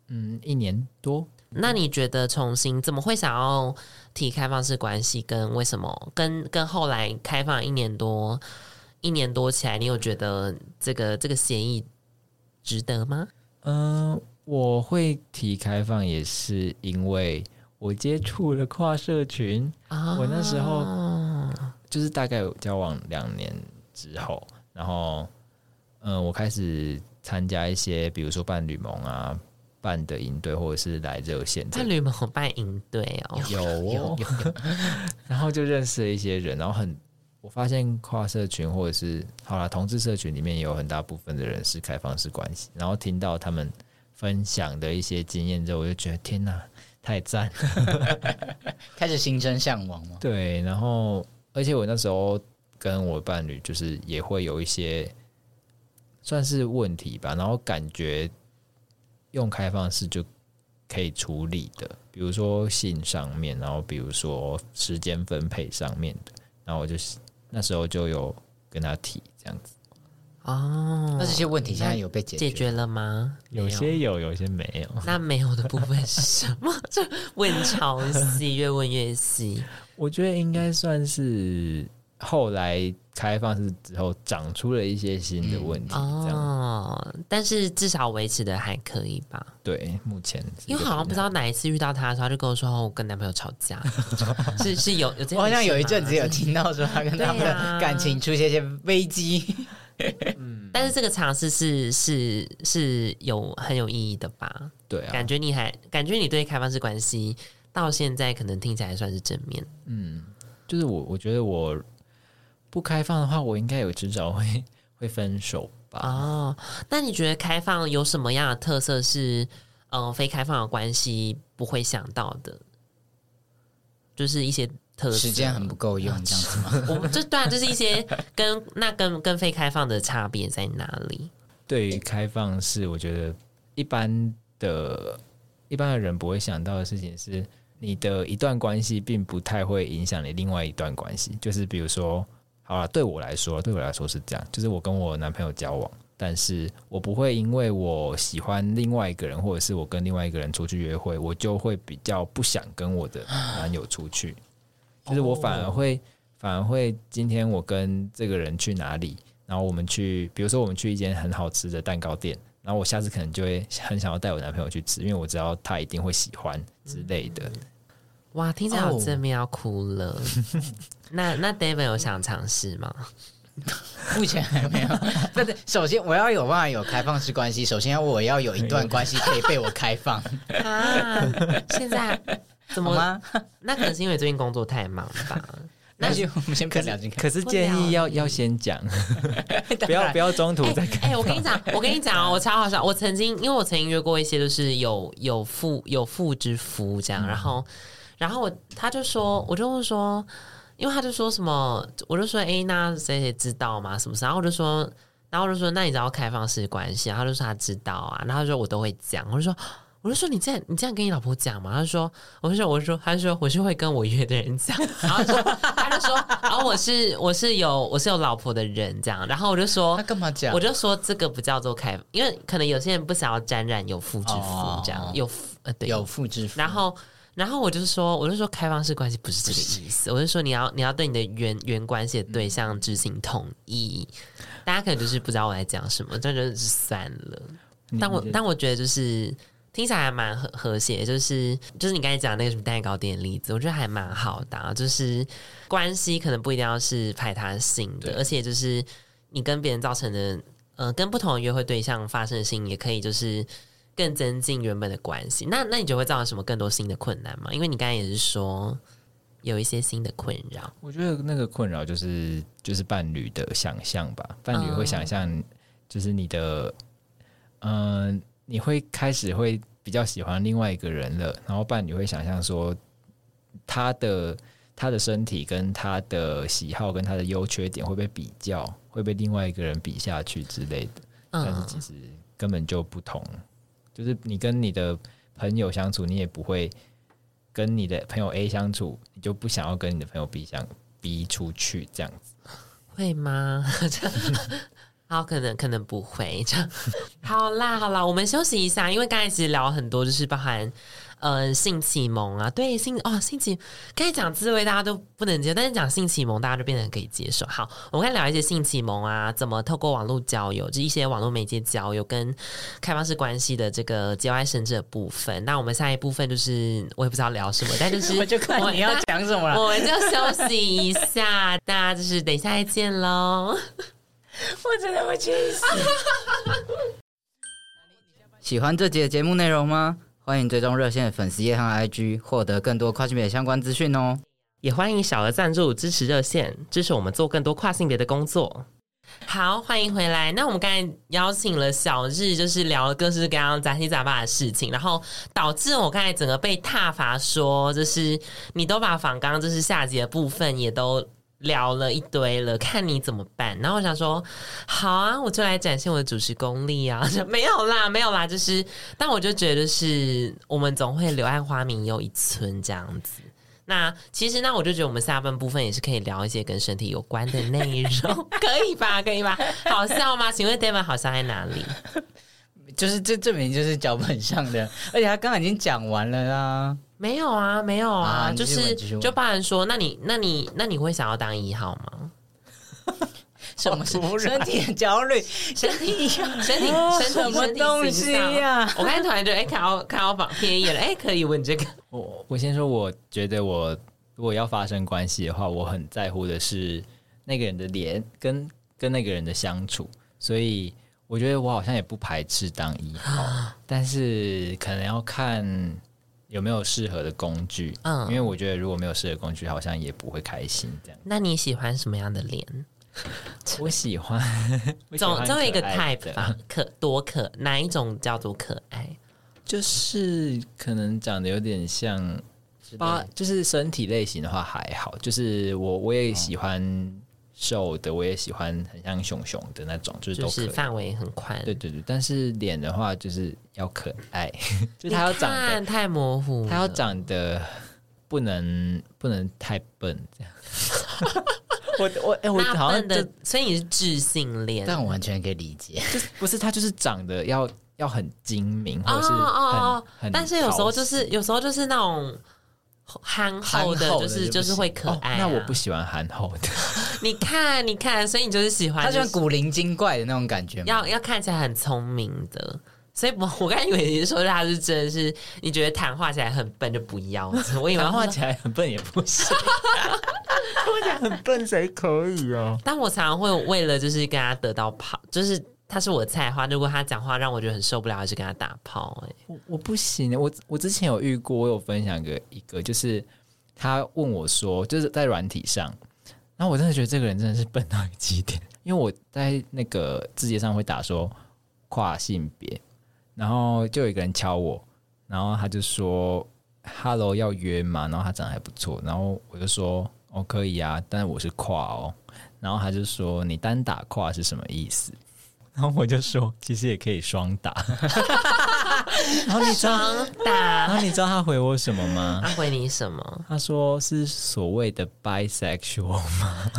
Speaker 3: 嗯，一年多，
Speaker 2: 那你觉得重新怎么会想要提开放式关系？跟为什么？跟跟后来开放一年多，一年多起来，你有觉得这个这个协议值得吗？
Speaker 3: 嗯、我会提开放也是因为我接触了跨社群，
Speaker 2: 啊
Speaker 3: 我那时候
Speaker 2: 哦
Speaker 3: 就是大概有交往两年之后，然后，嗯、我开始参加一些，比如说伴侣盟啊、办的营队，或者是来热线这
Speaker 2: 伴侣们伙伴营队哦，
Speaker 3: 有哦，然后就认识了一些人，然后很，我发现跨社群或者是好啦，同志社群里面也有很大部分的人是开放式关系，然后听到他们分享的一些经验之后，我就觉得天哪，太赞了！
Speaker 1: 开始心生向往吗？
Speaker 3: 对，然后而且我那时候跟我伴侣就是也会有一些算是问题吧，然后感觉用开放式就可以处理的，比如说性上面，然后比如说时间分配上面的，然后我就是那时候就有跟他提这样子，
Speaker 2: 哦
Speaker 1: 那这些问题现在有被解
Speaker 2: 解
Speaker 1: 决？
Speaker 2: 决了吗？
Speaker 3: 有些有，有些没有。
Speaker 2: 那没有的部分是什
Speaker 3: [LAUGHS]
Speaker 2: 么？就问超细，越问越细。
Speaker 3: 我觉得应该算是后来开放式之后长出了一些新的问题， [LAUGHS] 这样、
Speaker 2: 嗯哦，但是至少维持的还可以吧？
Speaker 3: 对，目前是
Speaker 2: 因为
Speaker 3: 这
Speaker 2: 好像不知
Speaker 3: 样
Speaker 2: 道哪一次遇到他的时候，他就跟我说：“哦我跟男朋友吵架。” [LAUGHS] 是是有有这回事吗，
Speaker 1: 我好像有一阵子有听到说他跟他们
Speaker 2: 对啊
Speaker 1: 的感情出现一些危机，
Speaker 2: 但是这个尝试是是是有很有意义的吧？
Speaker 3: 对啊，
Speaker 2: 感觉你还感觉你对开放式关系到现在可能听起来算是正面，
Speaker 3: 就是我，我觉得我不开放的话，我应该有迟早会会分手吧。
Speaker 2: 哦，那你觉得开放有什么样的特色是，嗯、非开放的关系不会想到的？就是一些特色
Speaker 1: 时间很不够用，这样子吗？
Speaker 2: 我们这段就是一些跟那跟跟非开放的差别在哪里？
Speaker 3: 对于开放式，我觉得一般的一般的人不会想到的事情是，你的一段关系并不太会影响你另外一段关系。就是比如说，好了，对我来说，对我来说是这样，就是我跟我男朋友交往。但是我不会因为我喜欢另外一个人，或者是我跟另外一个人出去约会，我就会比较不想跟我的男友出去。就是我反而会，反而会今天我跟这个人去哪里，然后我们去，比如说我们去一间很好吃的蛋糕店，然后我下次可能就会很想要带我男朋友去吃，因为我知道他一定会喜欢之类的。
Speaker 2: 哇，听起来好正面，要哭了。那那 David 有想尝试吗？
Speaker 1: 目前还 [LAUGHS] 没有。不是，首先我要有办法有开放式关系，首先我要有一段关系可以被我开 [LAUGHS] 放，
Speaker 2: 啊，现在 [LAUGHS] 怎
Speaker 1: 好
Speaker 2: 么？
Speaker 1: 吗？
Speaker 2: 那可能是因为最近工作太忙吧。
Speaker 1: 那就我们先不聊这个，
Speaker 3: 可是建议要要先讲， [LAUGHS] 不要不要中途再
Speaker 2: 哎、
Speaker 3: 看。
Speaker 2: 哎我跟你讲，我跟你讲哦，我超好笑。我曾经，因为我曾经约过一些，就是有有妇有妇之夫这样，然后然后我他就说，我就问说，因为他就说什么，我就说，哎、那谁谁知道吗？什么事？然后我就说，然后我就说，那你知道开放式关系啊？他就说他知道啊，然后他说我都会讲，我就说。我就说你这样，你这样跟你老婆讲吗？他就说，我就说，我就说，他就说我是会跟我约的人讲，然后就说，他就说，然后我是我是有我是有老婆的人这样，然后我就说
Speaker 1: 他，干嘛讲
Speaker 2: 我？就说这个不叫做开，因为可能有些人不想要沾染有妇之夫这样，
Speaker 1: 哦
Speaker 2: 有妇呃对
Speaker 1: 有妇之夫，
Speaker 2: 然后，然后我就说，我就说开放式关系不是这个意思，我就说你要你要对你的原原关系的对象知情同意。大家可能就是不知道我在讲什么，这就是算了。
Speaker 3: 你
Speaker 2: 但我
Speaker 3: 你的
Speaker 2: 但我觉得就是听起来还蛮和和谐，就是就是你刚才讲那个什么蛋糕店的例子，我觉得还蛮好的、啊，就是关系可能不一定要是排他性的，
Speaker 3: 对
Speaker 2: 而且就是你跟别人造成的，呃，跟不同的约会对象发生的事情，也可以就是更增进原本的关系。那那你觉得会造成什么更多新的困难吗？因为你刚才也是说有一些新的困扰，
Speaker 3: 我觉得那个困扰就是就是伴侣的想象吧，伴侣会想象就是你的，嗯、你会开始会比较喜欢另外一个人了，然后伴侣会想象说他的他的身体跟他的喜好跟他的优缺点会被比较，会被另外一个人比下去之类的，但是
Speaker 2: 嗯
Speaker 3: 其实根本就不同，就是你跟你的朋友相处，你也不会跟你的朋友 A 相处，你就不想要跟你的朋友 B 相 B 出去这样子。
Speaker 2: 会吗？ [LAUGHS]
Speaker 1: [LAUGHS]
Speaker 2: 好，可能可能不会这样。好啦，好啦，我们休息一下，因为刚才其实聊了很多，就是包含呃性启蒙啊，对性哦性启，刚才讲自慰大家都不能接受，但是讲性启蒙大家就变得很可以接受。好，我们刚才聊一些性启蒙啊，怎么透过网络交友，就一些网络媒介交友跟开放式关系的这个节外生枝的部分。那我们下一部分就是我也不知道聊什么，但就是
Speaker 1: [LAUGHS] 我就看你要讲什么了。啊
Speaker 2: 我们就休息一下，大家就是等一下再见喽。
Speaker 1: [LAUGHS] 我真的会气死。喜欢这集的节目内容吗？欢迎追踪热线的粉丝页和 IG，获得更多跨性别相关资讯哦。
Speaker 2: 也欢迎小额赞助支持热线，支持我们做更多跨性别的工作。好，欢迎回来。那我们刚才邀请了小日，就是聊了各式各样杂七杂八的事情，然后导致我刚才整个被挞伐说，就是你都把仿纲就是下集的部分也都聊了一堆了，看你怎么办。然后我想说，好啊，我就来展现我的主持功力啊！ [LAUGHS] 没有啦，没有啦，就是，但我就觉得是我们总会柳暗花明又一村这样子。那其实呢，我就觉得我们下半部分也是可以聊一些跟身体有关的内
Speaker 3: [LAUGHS]
Speaker 2: 容，可以吧？可以吧？好笑吗？请问 David 好笑在哪里？
Speaker 1: 就是这证明就是脚本上的， [LAUGHS] 而且他刚刚已经讲完了啦。
Speaker 2: 没有啊，没有啊，
Speaker 1: 啊
Speaker 2: 就
Speaker 1: 你继续
Speaker 2: 是
Speaker 1: 问继续问
Speaker 2: 就包含说，那你那你那你会想要当一号吗？
Speaker 1: 什么是
Speaker 3: 突
Speaker 1: 身
Speaker 3: 然
Speaker 1: 体的焦虑？
Speaker 2: 身体身体
Speaker 1: 哦
Speaker 3: 啊
Speaker 2: 身体
Speaker 1: 什么
Speaker 2: 身体
Speaker 1: 东西呀
Speaker 2: 形象我刚才突然就哎、看到看到榜便宜了，哎、可以问这个
Speaker 3: 我我先说，我觉得我如果要发生关系的话，我很在乎的是那个人的脸跟跟那个人的相处，所以我觉得我好像也不排斥当一号，
Speaker 2: 啊
Speaker 3: 但是可能要看有没有适合的工具。
Speaker 2: 嗯
Speaker 3: 因为我觉得如果没有适合工具，好像也不会开心这样。
Speaker 2: 那你喜欢什么样的脸？
Speaker 3: 我喜欢， [LAUGHS] 我喜
Speaker 2: 总
Speaker 3: 欢
Speaker 2: 总有一个
Speaker 3: 可爱的
Speaker 2: type 吧，可多可哪一种叫做可爱？
Speaker 3: 就是可能长得有点像八，就是身体类型的话还好，就是我我也喜欢瘦的，我也喜欢很像熊熊的那种，就是
Speaker 2: 就
Speaker 3: 都可以。
Speaker 2: 是范围很宽。
Speaker 3: 对对对，但是脸的话就是要可
Speaker 2: [LAUGHS]
Speaker 3: 爱， [LAUGHS]
Speaker 2: 你
Speaker 3: 就是他要长得，
Speaker 2: 看太模糊了，
Speaker 3: 他要长得不能不能太笨
Speaker 2: [LAUGHS]
Speaker 3: 这样。我我哎、我
Speaker 2: 那
Speaker 3: 好像
Speaker 2: 笨
Speaker 3: 就
Speaker 2: 的，所以你是智性恋。
Speaker 1: 但我完全可以理解，
Speaker 3: 不是他就是长得要要很精明，或
Speaker 2: 哦
Speaker 3: 者是很、
Speaker 2: 哦哦
Speaker 3: 很，
Speaker 2: 但是有时候就
Speaker 3: 讨喜
Speaker 2: 是有时候就是那种憨厚的，
Speaker 1: 憨厚的
Speaker 2: 就是
Speaker 1: 就不
Speaker 2: 就是会可爱、啊
Speaker 3: 哦，那我不，喜欢韩后的。
Speaker 2: 你看你看，所以你就是喜欢，
Speaker 1: 他就
Speaker 2: 就
Speaker 1: 像
Speaker 2: 是
Speaker 1: 古灵精怪的那种感觉嘛。
Speaker 2: 要要看起来很聪明的。所以我，我刚才以为你是说他是真的是，你觉得谈话起来很笨就不要，我以为
Speaker 3: 讲
Speaker 2: 他
Speaker 3: 话
Speaker 2: 说
Speaker 3: 起来很笨也不行，讲很笨谁可以啊？
Speaker 2: 但我常常会为了就是跟他得到炮，就是他是我的菜的话，如果他讲话让我觉得很受不了，我就跟他打炮、欸。
Speaker 3: 我我不行，我我之前有遇过，我有分享个一个，就是他问我说，就是在软体上，然后我真的觉得这个人真的是笨到一个极点，因为我在那个字节上会打说跨性别，然后就有一个人敲我，然后他就说 “hello 要约嘛”，然后他长得还不错，然后我就说“哦可以啊，但是我是跨哦”，然后他就说“你单打跨是什么意思？”然后我就说其实也可以双打，然后你知道，
Speaker 2: 双打， [LAUGHS]
Speaker 3: 然啊后你知道他回我什么吗？
Speaker 2: 他回你什么？
Speaker 3: 他说是所谓的 bisexual，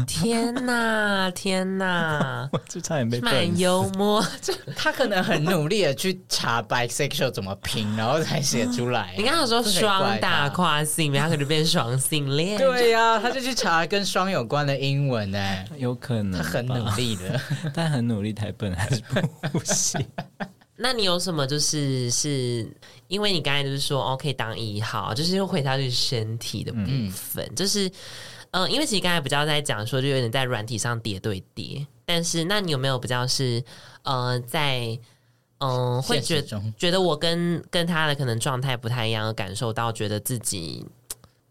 Speaker 2: 天
Speaker 1: [LAUGHS]
Speaker 2: 哪，天哪，
Speaker 3: 我 [LAUGHS] 就差点被笨
Speaker 2: 蛮
Speaker 3: 死
Speaker 2: 幽默。 [LAUGHS] 就
Speaker 1: 他可能很努力的去查 bisexual 怎么拼，然后才写出来。啊
Speaker 2: 你刚刚有说
Speaker 1: 不可以
Speaker 2: 双
Speaker 1: 怪
Speaker 2: 打
Speaker 1: 他
Speaker 2: 跨性别，他可能变双性恋。
Speaker 1: 对呀、他就去查跟双有关的英文呢、
Speaker 3: 有可能
Speaker 1: 他很
Speaker 2: [LAUGHS]
Speaker 3: 吧
Speaker 1: 努力的。
Speaker 3: 但很努力太笨还是不行。
Speaker 2: 那你有什么就是是因为你刚才就是说哦可以当一号，就是又回到就是身体的部分，就是嗯、呃因为其实刚才比较在讲说，就有点在软体上叠对叠，但是那你有没有比较是呃在嗯、呃会
Speaker 1: 现
Speaker 2: 觉
Speaker 1: 实中
Speaker 2: 觉得我跟跟他的可能状态不太一样，感受到觉得自己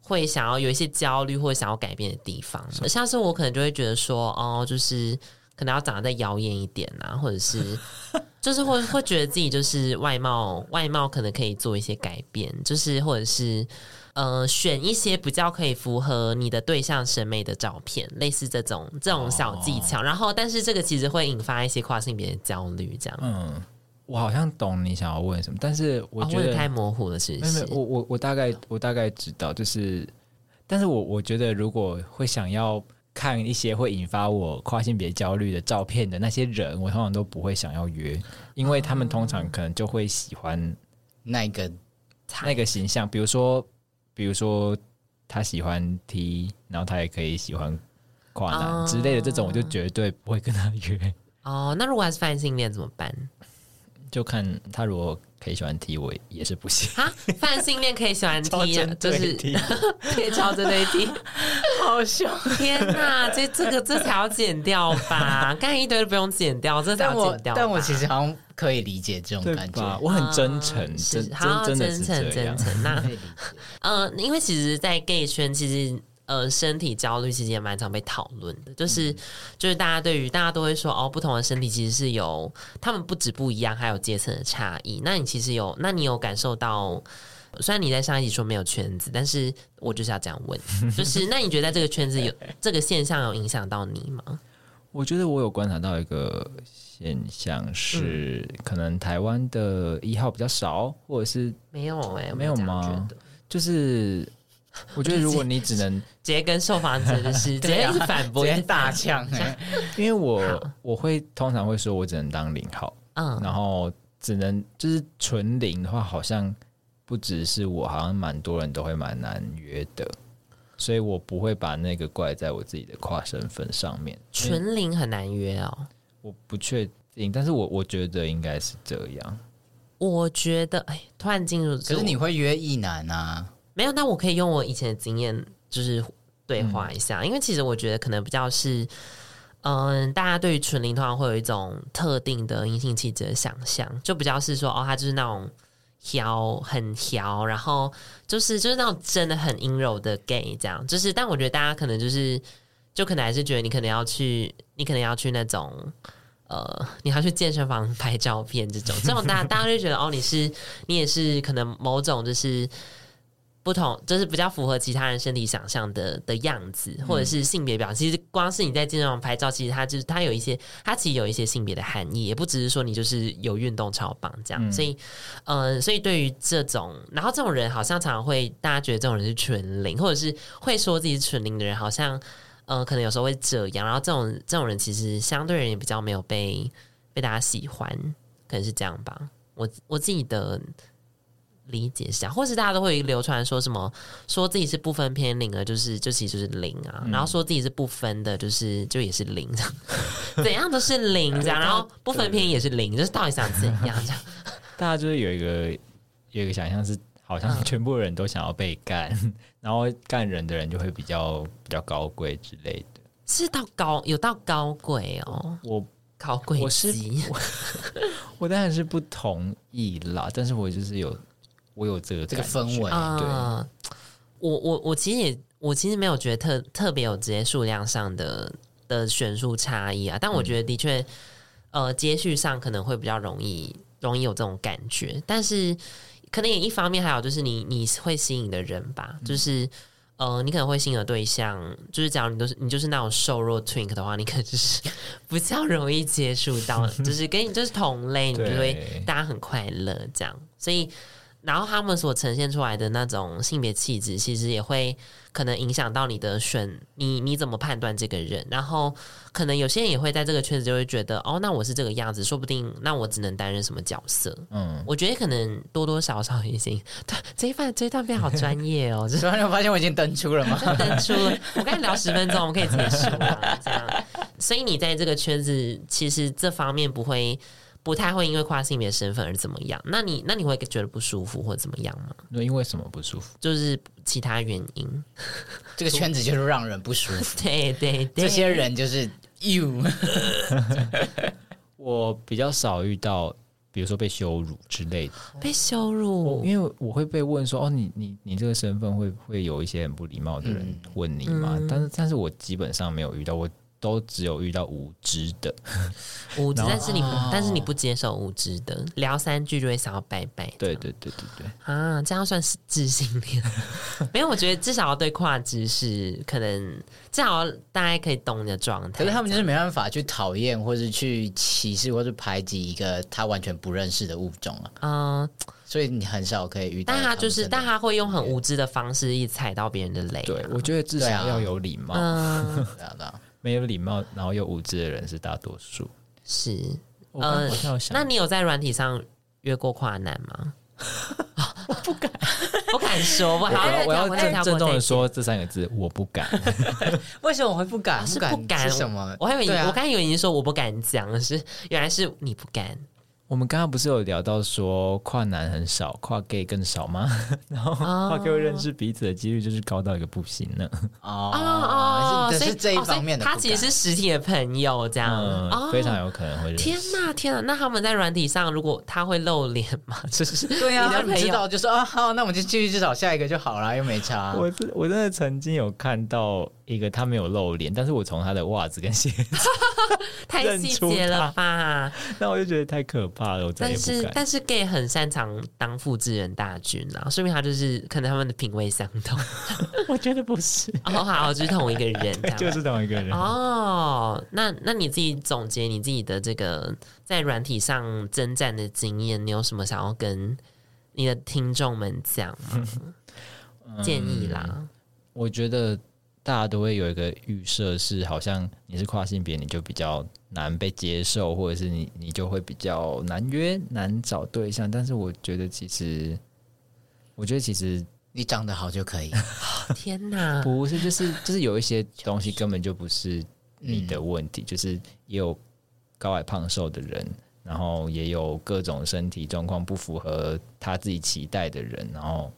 Speaker 2: 会想要有一些焦虑或想要改变的地方。像是我可能就会觉得说，哦，就是可能要长得再妖艳一点啊，或者是就是会会觉得自己就是外貌外貌可能可以做一些改变，就是或者是。呃，选一些比较可以符合你的对象审美的照片，类似这种这种小技
Speaker 3: 哦
Speaker 2: 巧。然后，但是这个其实会引发一些跨性别的焦虑，这样。
Speaker 3: 嗯，我好像懂你想要问什么，但是我
Speaker 2: 哦
Speaker 3: 觉
Speaker 2: 也
Speaker 3: 得、
Speaker 2: 太模糊了，是不
Speaker 3: 没有没
Speaker 2: 是
Speaker 3: 有，？我我我大概我大概知道，就是，但是我我觉得如果会想要看一些会引发我跨性别焦虑的照片的那些人，我通常都不会想要约，因为他们通常可能就会喜欢
Speaker 1: 那一个
Speaker 3: 那个形象，比如说比如说他喜欢 T，然后他也可以喜欢跨
Speaker 2: 啊
Speaker 3: 男之类的这种，我就绝对不会跟他约，
Speaker 2: 哦，那如果还是泛性恋怎么办？
Speaker 3: 就看他如果可以喜欢 T，我也是
Speaker 2: [LAUGHS]
Speaker 3: 不行。
Speaker 2: 哈，泛性恋可以喜
Speaker 3: [LAUGHS]
Speaker 2: 欢 T，啊就
Speaker 3: 针对
Speaker 2: 是
Speaker 3: T
Speaker 2: 可以朝着对
Speaker 3: [LAUGHS]
Speaker 2: T。
Speaker 1: 好凶。
Speaker 2: 天哪，这这个这才要剪掉吧？刚才一堆都不用剪掉，这才
Speaker 1: 但
Speaker 2: 要
Speaker 1: 我
Speaker 2: 剪掉吧。
Speaker 1: 但我其实好像可以理解这种
Speaker 3: 对
Speaker 1: 感
Speaker 3: 吧？
Speaker 1: 觉，
Speaker 3: 我很真诚，
Speaker 2: 啊
Speaker 3: 嗯真
Speaker 2: 是好
Speaker 3: 真真的
Speaker 2: 真
Speaker 3: 是
Speaker 2: 诚
Speaker 3: 这样
Speaker 2: 真。诚。那
Speaker 1: 可以理解。
Speaker 2: [LAUGHS] 呃，因为其实，在 gay 圈，其实呃，身体焦虑其实也蛮常被讨论的，就是、
Speaker 3: 嗯
Speaker 2: 就是大家对于大家都会说哦，不同的身体其实是有他们不止不一样，还有阶层的差异。那你其实有，那你有感受到？虽然你在上一集说没有圈子，但是我就是要这样
Speaker 3: [LAUGHS]
Speaker 2: 问，就是那你觉得在这个圈子有这个现象有影响到你吗？
Speaker 3: 我觉得我有观察到一个现象是，可能台湾的一号比较少，或者是
Speaker 2: 没有哎、我
Speaker 3: 没有
Speaker 2: 这样觉
Speaker 3: 吗
Speaker 2: 得
Speaker 3: 就是，我觉得如果你只
Speaker 2: [LAUGHS]
Speaker 3: 能，
Speaker 2: 直接跟受访者就是
Speaker 3: [LAUGHS]
Speaker 2: 直
Speaker 1: 对
Speaker 2: 接
Speaker 1: 啊
Speaker 2: 一直反
Speaker 1: 直
Speaker 2: 驳，一
Speaker 1: 接
Speaker 2: 直
Speaker 1: 大
Speaker 2: 打枪，
Speaker 1: 呛哎，
Speaker 3: 因为我我会通常会说，我只能当零号，
Speaker 2: 嗯，
Speaker 3: 然后只能就是纯零的话，好像不只是我，好像蛮多人都会蛮难约的，所以我不会把那个怪在我自己的跨身份上面，因为
Speaker 2: 纯零很难约哦。
Speaker 3: 我不确定，但是我我觉得应该是这样。
Speaker 2: 我觉得，哎，突然进入，
Speaker 1: 可是你会约异男
Speaker 2: [LAUGHS]
Speaker 1: 啊？
Speaker 2: 没有，那我可以用我以前的经验，就是对话一
Speaker 1: 嗯
Speaker 2: 下，因为其实我觉得可能比较是，嗯，大家对于纯零通常会有一种特定的阴性气质的想象，就比较是说，哦，他就是那种调很调，然后就是就是那种真的很阴柔的 gay 这样，就是，但我觉得大家可能就是，就可能还是觉得你可能要去，你可能要去那种。呃，你还要去健身房拍照片这种，这种大大家就觉得哦，你是你也是可能某种就是不同，就是比较符合其他人身体想象的的样子，或者是性别表。其实光是你在健身房拍照，其实它就是它有一些，它其实有一些性别的含义，也不只是说你就是有运动超棒这样。所以，呃，所以对于这种，然后这种人好像常常会大家觉得这种人是纯零，或者是会说自己是纯零的人，好像呃，可能有时候会这样。然后这种这种人其实相对人也比较没有被被大家喜欢，可能是这样吧。我我自己的理解是这样，或是大家都会流传说什么说自己是不分偏零的，就是就其实就是零啊，
Speaker 3: 嗯
Speaker 2: 然后说自己是不分的，就是就也是零，这样 [LAUGHS] 怎样都是零这样，然后不分偏也是零，就是到底想怎样这样？ [LAUGHS]
Speaker 3: 大家就是有一个有一个想象是，好
Speaker 1: 嗯
Speaker 3: 像全部人都想要被干， [LAUGHS] 然后干人的人就会比较比较高贵之类的。
Speaker 2: 是到高有到高贵哦，
Speaker 3: 我
Speaker 2: 高贵
Speaker 3: 我是
Speaker 2: 级，
Speaker 3: 我当然是不同意啦，但是我就是有我有这个
Speaker 1: 这个
Speaker 3: 感觉
Speaker 1: 氛围
Speaker 2: 啊，
Speaker 3: 对，
Speaker 2: 我我我其实也我其实没有觉得特特别有直接数量上的的选数差异啊，但我觉得的确，呃，接续上可能会比较容易容易有这种感觉，但是可能也一方面还有就是你你会吸引的人吧，就是。呃，你可能会吸引的对象，就是假如你都是你就是那种瘦弱 twink 的话，你可能就是 [LAUGHS] 比较容易接触到，就是跟你就是同类，你就会
Speaker 3: 对
Speaker 2: 大家很快乐这样，所以。然后他们所呈现出来的那种性别气质，其实也会可能影响到你的选你你怎么判断这个人。然后可能有些人也会在这个圈子就会觉得，哦，那我是这个样子，说不定那我只能担任什么角色。
Speaker 3: 嗯，
Speaker 2: 我觉得可能多多少少已 [LAUGHS] 经，对这一段这一段
Speaker 3: [LAUGHS]
Speaker 2: 变好专业哦，就是
Speaker 1: 突然发现我已经登出了吗？
Speaker 2: 登出了。我刚才聊十分钟，我们可以结束了，这样。所以你在这个圈子，其实这方面不会。不太会因为跨性别身份而怎么样。那你那你会觉得不舒服或怎么样吗？
Speaker 3: 那因为什么不舒服？
Speaker 2: 就是其他原因？ [LAUGHS]
Speaker 1: 这个圈子就是让人不舒服。
Speaker 2: 对对对，
Speaker 1: 这些人就是 you，
Speaker 3: 我比较少遇到，比如说被羞辱之类的，
Speaker 2: 被羞辱，
Speaker 3: 因为我会被问说：“哦，你你你这个身份会会有一些很不礼貌的人问你吗？”但是但是我基本上没有遇到，我都只有遇到无知的。
Speaker 2: 无知，
Speaker 3: 然后
Speaker 2: 但是你不，但是你不接受无知的，聊三句就会想要拜拜。
Speaker 3: 对对对对对，
Speaker 2: 啊，这样算是自信恋？ [LAUGHS] 没有，我觉得至少要对跨知识，可能至少大家可以懂你的状态。
Speaker 1: 可是他们就是没办法去讨厌，或是去歧视，或是排挤一个他完全不认识的物种啊，
Speaker 2: 嗯、
Speaker 1: 所以你很少可以遇到
Speaker 2: 但
Speaker 1: 们真的。
Speaker 2: 他就是，但他会用很无知的方式一踩到别人的雷、
Speaker 3: 对我觉得至少
Speaker 1: 对啊
Speaker 3: 要有礼貌，
Speaker 2: 嗯，
Speaker 1: 对啊对啊
Speaker 3: 没有礼貌然后又无知的人是大多数。
Speaker 2: 是。
Speaker 3: 我刚我在想，
Speaker 2: 那你有在软体上约过跨男
Speaker 1: [LAUGHS]
Speaker 2: 吗？ [LAUGHS] 我不敢，不敢说，我
Speaker 3: 我
Speaker 2: 好
Speaker 3: 要我要
Speaker 2: 再跳
Speaker 3: 郑郑重的
Speaker 2: 过
Speaker 3: 说这三个字，我不敢。
Speaker 1: 为什么我会不敢？
Speaker 2: 是
Speaker 1: 不
Speaker 2: 不敢
Speaker 1: 是什么？
Speaker 2: 我还以为你，
Speaker 1: 对啊
Speaker 2: 我刚才以为你说我不敢讲，是原来是你不敢。
Speaker 3: 我们刚刚不是有聊到说跨男很少，跨 gay 更少吗？ [LAUGHS] 然后
Speaker 2: 哦
Speaker 3: 跨 gay 会认识彼此的几率就是高到一个不行呢。
Speaker 1: 哦是
Speaker 2: 所以
Speaker 1: 是这一
Speaker 2: 哦所以
Speaker 1: 方面的不
Speaker 2: 他
Speaker 1: 敢。
Speaker 2: 其实是实体的朋友这样。
Speaker 3: 嗯，
Speaker 2: 哦
Speaker 3: 非常有可能会认识。
Speaker 2: 天呐，天呐！那他们在软体上，如果他会露脸吗？ [LAUGHS] 就是
Speaker 1: 对啊，
Speaker 2: 你
Speaker 1: 他
Speaker 2: 的
Speaker 1: 们
Speaker 2: 朋
Speaker 1: 知
Speaker 2: 友
Speaker 1: 道就说啊，好，那我们就继续去找下一个就好了，又没差。
Speaker 3: 我真我真的曾经有看到一个他没有露脸，但是我从他的袜子跟鞋， [LAUGHS]
Speaker 2: 太
Speaker 3: 认
Speaker 2: 细
Speaker 3: 出
Speaker 2: 节了
Speaker 3: 他 [LAUGHS]
Speaker 2: 吧？
Speaker 3: 那我就觉得太可怕了，我再
Speaker 2: 但
Speaker 3: 也不
Speaker 2: 是
Speaker 3: 敢。
Speaker 2: 但是 gay 很擅长当复制人大军啊，说明他就是可能他们的品味相
Speaker 3: [LAUGHS]
Speaker 2: 同。
Speaker 3: 我觉得不是，
Speaker 2: 哦，好，就是同一个人，这样
Speaker 3: [LAUGHS] 就是同一个人。
Speaker 2: 哦，那那你自己总结你自己的这个在软体上征战的经验，你有什么想要跟你的听众们讲吗？
Speaker 3: [LAUGHS]
Speaker 2: 建议啦，
Speaker 3: 嗯我觉得大家都会有一个预设是，好像你是跨性别，你就比较难被接受，或者是你你就会比较难约、难找对象。但是我觉得其实，我觉得其实
Speaker 1: 你长得好就可以，
Speaker 2: 天哪！
Speaker 3: 不是，就是就是有一些东西根本就不是你的问题，就是也有高矮胖瘦的人，然后也有各种身体状况不符合他自己期待的人，然后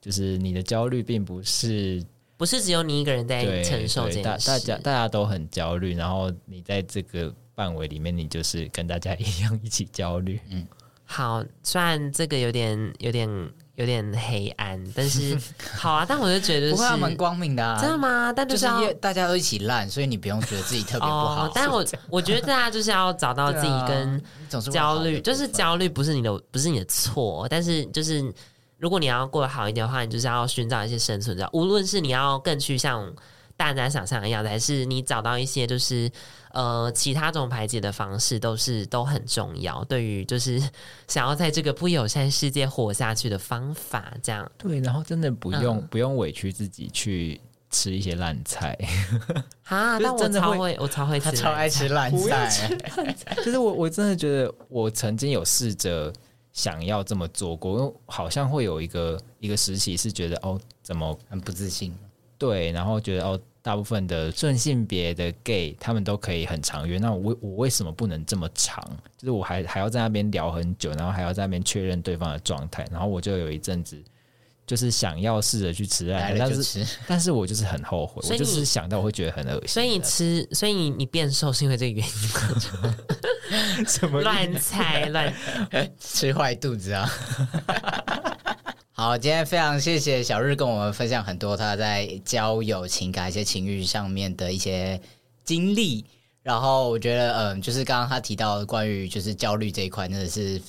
Speaker 3: 就是你的焦虑并不是
Speaker 2: 不是只有你一个人在
Speaker 3: 对
Speaker 2: 承受
Speaker 3: 对
Speaker 2: 这
Speaker 3: 大
Speaker 2: 件事，
Speaker 3: 大家大家都很焦虑，然后你在这个范围里面，你就是跟大家一样一起焦虑。
Speaker 2: 嗯好，虽然这个有点、有点、有点黑暗，
Speaker 1: [LAUGHS]
Speaker 2: 但是好啊，但我就觉得
Speaker 1: 不
Speaker 2: 是
Speaker 1: 会啊，蛮光明的
Speaker 2: 真的
Speaker 1: 啊。
Speaker 2: 吗？但
Speaker 1: 就是
Speaker 2: 是要哦
Speaker 1: 因为大家都一起烂，所以你不用觉得自己特别不好。
Speaker 2: 但我我觉得大家就是要找到自己
Speaker 1: 对啊
Speaker 2: 跟
Speaker 1: 你总是会
Speaker 2: 焦
Speaker 1: 好的
Speaker 2: 虑，就是
Speaker 1: 部分
Speaker 2: 焦虑不是你的，不是你的错，但是就是如果你要过得好一点的话，你就是要寻找一些生存之道，无论是你要更趋向大家想象的样子，还是你找到一些就是呃其他种排解的方式，都是都很重要。对于就是 [LAUGHS] 想要在这个不友善世界活下去的方法，这样
Speaker 3: 对，然后真的不用、
Speaker 2: 嗯
Speaker 3: 不用委屈自己去吃一些烂菜。 [LAUGHS]
Speaker 2: 啊，
Speaker 3: 就是
Speaker 2: 但我
Speaker 3: 真的
Speaker 2: 超
Speaker 3: 会
Speaker 2: 会， [LAUGHS] 我超会吃
Speaker 1: 他
Speaker 2: 烂菜，
Speaker 1: 超爱吃烂
Speaker 3: 不要
Speaker 1: 菜，
Speaker 3: 就是我我真的觉得我曾经有试着想要这么做过，因为好像会有一个一个时期是觉得哦怎么
Speaker 1: 很不自信。
Speaker 3: 对，然后觉得哦大部分的顺性别的 gay 他们都可以很长约，那我为我为什么不能这么长？就是我还还要在那边聊很久，然后还要在那边确认对方的状态，然后我就有一阵子。就是想要试着去吃
Speaker 1: 来
Speaker 3: 爱，
Speaker 1: 了
Speaker 3: 但
Speaker 1: 就是吃，
Speaker 3: 但是我就是很后悔，
Speaker 2: 所
Speaker 3: 我
Speaker 2: 以
Speaker 3: 就
Speaker 2: 你
Speaker 3: 是想到我会觉得很恶心。
Speaker 2: 所以你吃，所以你你变瘦是因为这个原因吗？ [LAUGHS]
Speaker 3: 什么
Speaker 2: 乱猜乱
Speaker 1: [LAUGHS] 吃坏肚子啊！好，今天非常谢谢小日跟我们分享很多他在交友、情感、一些情欲上面的一些经历。然后我觉得，嗯，就是刚刚他提到关于就是焦虑这一块，真的是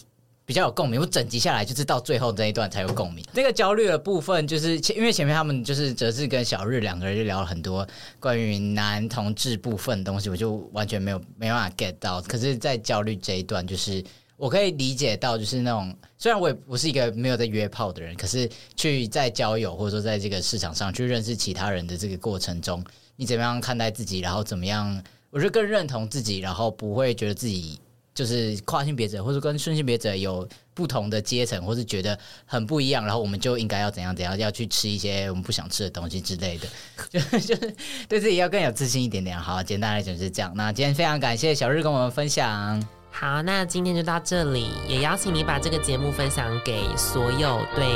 Speaker 1: 比较有共鸣。我整集下来就是到最后这一段才有共鸣。那个焦虑的部分，就是前因为前面他们就是哲志跟小日两个人就聊了很多关于男同志部分的东西，我就完全没有没办法 get 到。可是，在焦虑这一段，就是我可以理解到，就是那种虽然我也不是一个没有在约炮的人，可是去在交友或者说在这个市场上去认识其他人的这个过程中，你怎么样看待自己，然后怎么样，我就更认同自己，然后不会觉得自己就是跨性别者或者跟顺性别者有不同的阶层，或是觉得很不一样，然后我们就应该要怎样怎样，要去吃一些我们不想吃的东西之类的， [LAUGHS] 就就是对自己要更有自信一点点。好，简单来讲是这样。那今天非常感谢小日跟我们分享。
Speaker 2: 好，那今天就到这里，也邀请你把这个节目分享给所有对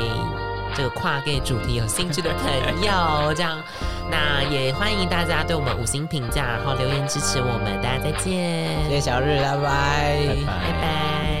Speaker 2: 这个跨 gay 主题有兴趣的朋友，这样，那也欢迎大家对我们五星评价，然后留言支持我们，大家再见，
Speaker 1: 谢谢小日，拜拜
Speaker 3: 拜
Speaker 2: 拜
Speaker 3: 拜。
Speaker 2: 拜。